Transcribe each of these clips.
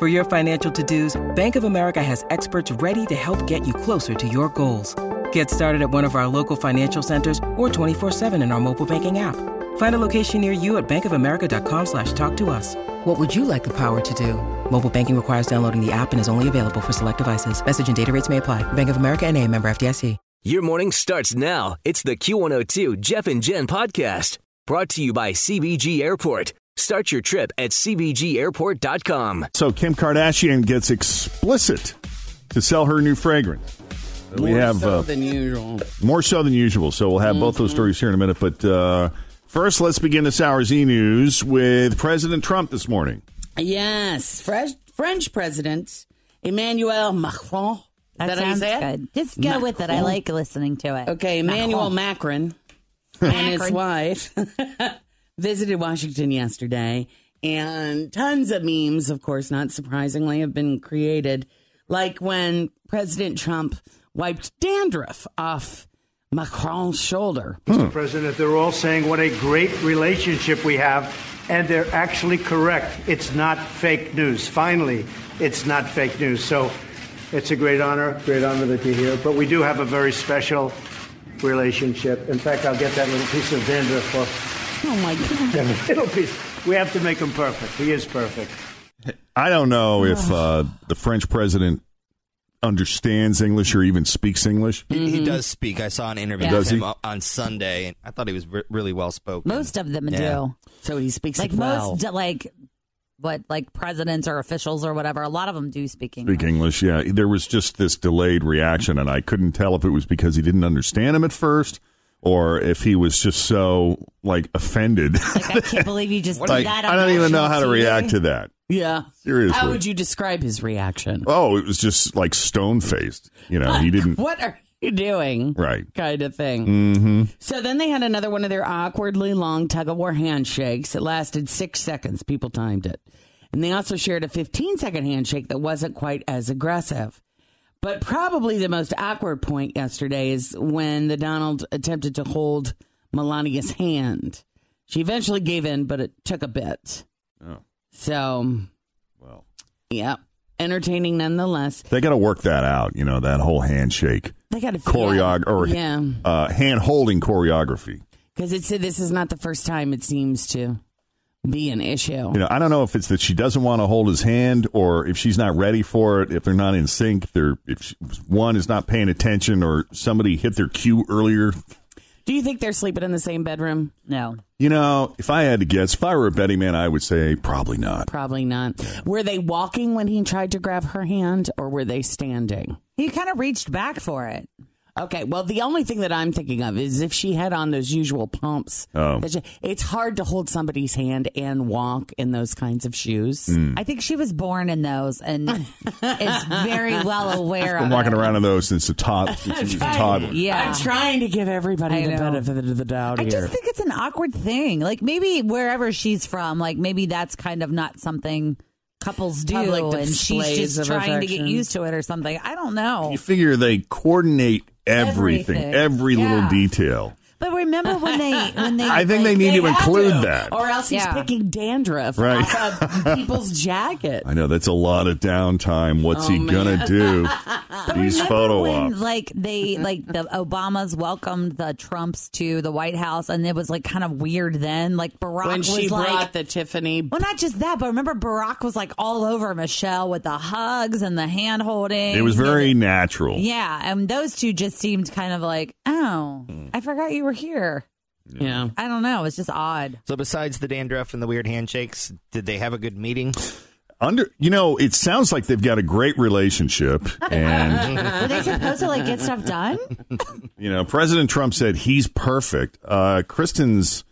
For your financial to-dos, Bank of America has experts ready to help get you closer to your goals. Get started at one of our local financial centers or 24-7 in our mobile banking app. Find a location near you at bankofamerica.com slash talk to us. What would you like the power to do? Mobile banking requires downloading the app and is only available for select devices. Message and data rates may apply. Bank of America and a member FDIC. Your morning starts now. It's the Q102 Jeff and Jen podcast brought to you by CBG Airport. Start your trip at CBGAirport.com. So Kim Kardashian gets explicit to sell her new fragrance. we More have so uh, than Mm-hmm. usual. more so than usual, so we'll have both those stories here in a minute. But uh, first, let's begin this hour's e news with President Trump this morning. Yes, Fresh, French President Emmanuel Macron. Is That, how you sounds say it? good. Just go with it. I Macron. like listening to it. Okay, Emmanuel Macron and his wife visited Washington yesterday, and tons of memes, of course, not surprisingly, have been created. Like when President Trump wiped dandruff off Macron's shoulder. President, they're all saying what a great relationship we have, and they're actually correct. It's not fake news. Finally, it's not fake news. So it's a great honor, great honor that you're here. But we do have a very special relationship. In fact, I'll get that little piece of dandruff off. Oh my God. Little piece. We have to make him perfect. He is perfect. I don't know if uh, the French president understands English or even speaks English. He, Mm-hmm. he does speak. I saw an interview Does with him he? o- on Sunday, and I thought he was re- really well spoken. Most of them Yeah. do. So he speaks Like it well. most, like what, like presidents or officials or whatever. A lot of them do speak English. Speak English, yeah. There was just this delayed reaction, and I couldn't tell if it was because he didn't understand him at first, or if he was just so like offended. Like I can't believe you just did like that. on I don't even know national how to TV. react to that. yeah. Seriously. How would you describe his reaction? Oh, it was just like stone faced. You know, he didn't. what are you doing? Right. Kind of thing. Mm-hmm. So then they had another one of their awkwardly long tug of war handshakes. It lasted six seconds. People timed it. And they also shared a 15 second handshake that wasn't quite as aggressive. But probably the most awkward point yesterday is when the Donald attempted to hold Melania's hand. She eventually gave in, but it took a bit. Oh. So, Well, yeah, entertaining nonetheless. they got to work that out. You know, that whole handshake They got a choreog or Yeah. uh, hand holding choreography. Because it said this is not the first time it seems to be an issue. You know, I don't know if it's that she doesn't want to hold his hand, or if she's not ready for it. If they're not in sync, they're if she, one is not paying attention, or somebody hit their cue earlier. Do you think they're sleeping in the same bedroom? No, You know, if I had to guess, if I were a betting man, I would say probably not. Probably not. Were they walking when he tried to grab her hand or were they standing? he kind of reached back for it. Okay, well, the only thing that I'm thinking of is if she had on those usual pumps. Oh. That she- It's hard to hold somebody's hand and walk in those kinds of shoes. Mm. Hmm. I think she was born in those and is very well aware. Been of walking it. around in those since the top. Since she was a toddler. Yeah. I'm trying to give everybody I the know. benefit of the doubt I here. just think it's an awkward thing. Like maybe wherever she's from, like maybe that's kind of not something couples do, Have, like, the and she's displays just of trying to affection. get used to it or something. I don't know. You figure they coordinate everything, Everything. every little Yeah. detail. But remember when they when they I think they like, need to have include that. Or else he's Yeah. picking dandruff Right. off of people's jacket. I know that's a lot of downtime. What's he gonna do? These remember photo when, ops. Like they like the Obamas welcomed the Trumps to the White House, and it was like kind of weird then. Like Barack when she was like. brought the Tiffany. well, not just that, but remember Barack was like all over Michelle with the hugs and the hand holding. It was very natural. Yeah, and those two just seemed kind of like, oh, Hmm. I forgot you were here. Yeah. I don't know. It's just odd. so, besides the dandruff and the weird handshakes, did they have a good meeting? Under, you know, it sounds like they've got a great relationship, and Uh-huh. Were they supposed to like get stuff done? you know, President Trump said he's perfect. Uh, Kristen's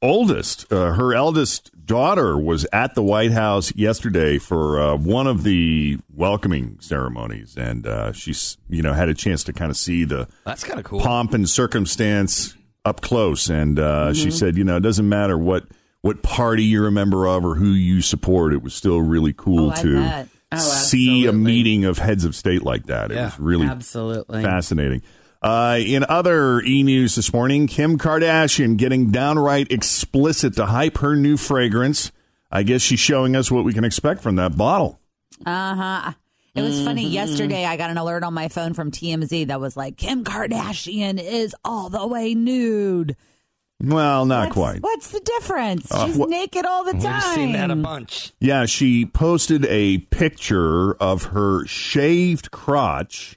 oldest, uh, her eldest daughter was at the White House yesterday for uh, one of the welcoming ceremonies, and uh, she's you know had a chance to kind of see the That's kind of cool. pomp and circumstance up close. And uh, she said, you know, it doesn't matter what what party you're a member of or who you support, it was still really cool Oh, I to bet. see a absolutely. meeting of heads of state like that. It Yeah. was really Absolutely. fascinating. Uh, in other e news this morning, Kim Kardashian getting downright explicit to hype her new fragrance. I guess she's showing us what we can expect from that bottle. Uh huh. It was funny Mm-hmm. yesterday. I got an alert on my phone from TMZ that was like, Kim Kardashian is all the way nude. Well, not What's- quite. What's the difference? Uh, She's wha- naked all the We've time. seen that a bunch. Yeah, she posted a picture of her shaved crotch,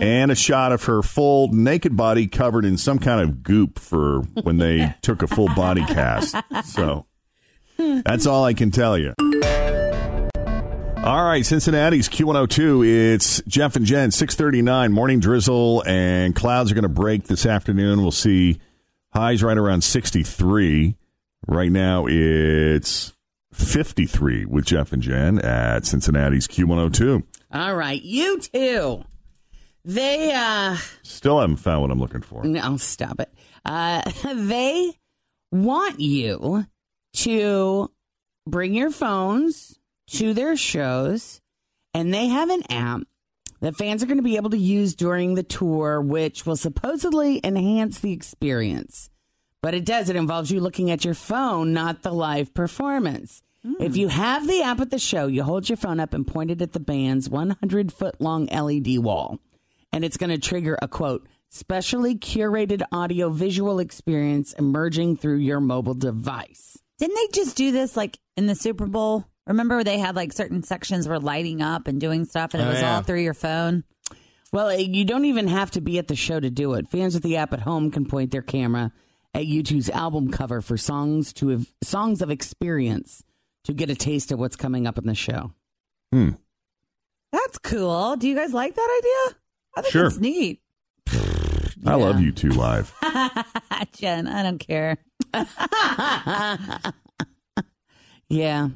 and a shot of her full naked body covered in some kind of goop for when they took a full body cast. So that's all I can tell you. All right, Cincinnati's Q102. It's Jeff and Jen, 639. Morning drizzle and clouds are going to break this afternoon. We'll see highs right around 63. Right now it's 53 with Jeff and Jen at Cincinnati's Q102. All right, you two. They uh Still haven't found what I'm looking for. no, stop it. Uh they want you to bring your phones to their shows and they have an app that fans are going to be able to use during the tour which will supposedly enhance the experience. But it does it involves you looking at your phone, not the live performance. If you have the app at the show, you hold your phone up and point it at the band's 100 foot long LED wall and it's going to trigger a quote specially curated audio visual experience emerging through your mobile device Didn't they just do this like in the Super Bowl? Remember they had like certain sections were lighting up and doing stuff, and it Oh, was yeah. all through your phone. well eh, you don't even have to be at the show to do it fans with the app at home can point their camera at u2's album cover for songs to ev- songs of experience to get a taste of what's coming up in the show That's cool. Do you guys like that idea? I think Sure. it's neat. I love you two live. Jen, I don't care. yeah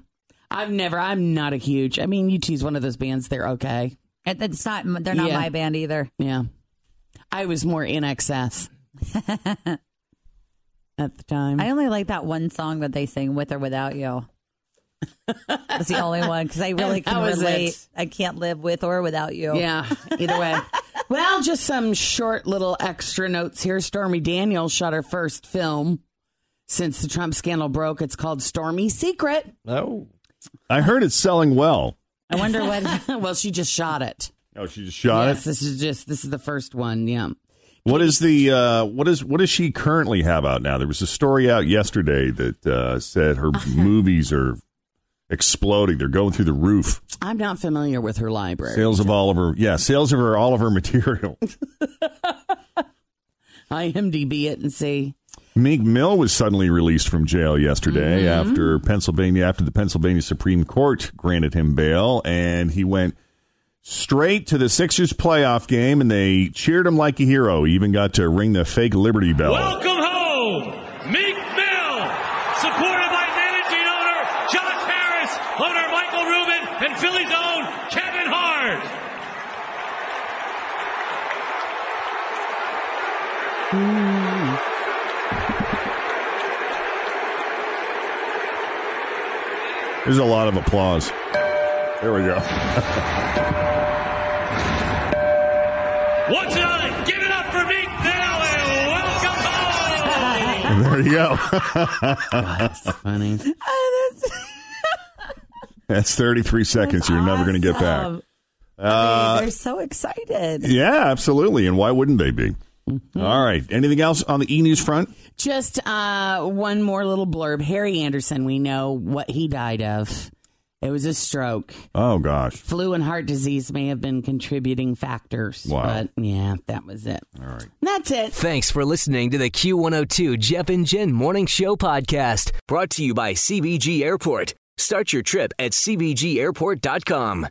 i've never i'm not a huge i mean u2's one of those bands they're okay It- It's not. They're not Yeah. my band either. Yeah. I was more in excess at the time. I only like that one song that they sing with or without you. That's the only one because I really And that can was relate. it. I can't live with or without you. yeah, either way. well, just some short little extra notes here. Stormy Daniels shot her first film since the Trump scandal broke. It's called Stormy Secret. Oh. I heard it's selling well. I wonder what. well, she just shot it. Oh, she just shot yes, this is just this is the first one. Yeah. it. What is the uh, what is what does she currently have out now? There was a story out yesterday that uh, said her movies are exploding. They're going through the roof. I'm not familiar with her library. Sales of all of her yeah, sales of her all of her material. IMDb it and see. Meek Mill was suddenly released from jail yesterday after Pennsylvania after the Pennsylvania Supreme Court granted him bail and he went straight to the Sixers playoff game and they cheered him like a hero. He even got to ring the fake Liberty bell. Welcome home, Meek Mill, supported by managing owner Josh Harris, owner Michael Rubin, and Philly's own Kevin Hart. There's a lot of applause. There we go. Once another, give it up for Meek Mill and welcome home. Oh, there you go. that's funny. That's 33 seconds you're never going to get back. awesome. Uh, They're so excited. yeah, absolutely. And why wouldn't they be? All right. Anything else on the e news front? Just uh, one more little blurb. Harry Anderson, we know what he died of. It was a stroke. Oh, gosh. Flu and heart disease may have been contributing factors. Wow. But yeah, that was it. All right. That's it. Thanks for listening to the Q102 Jeff and Jen Morning Show podcast, brought to you by CBG Airport. Start your trip at CBGAirport.com.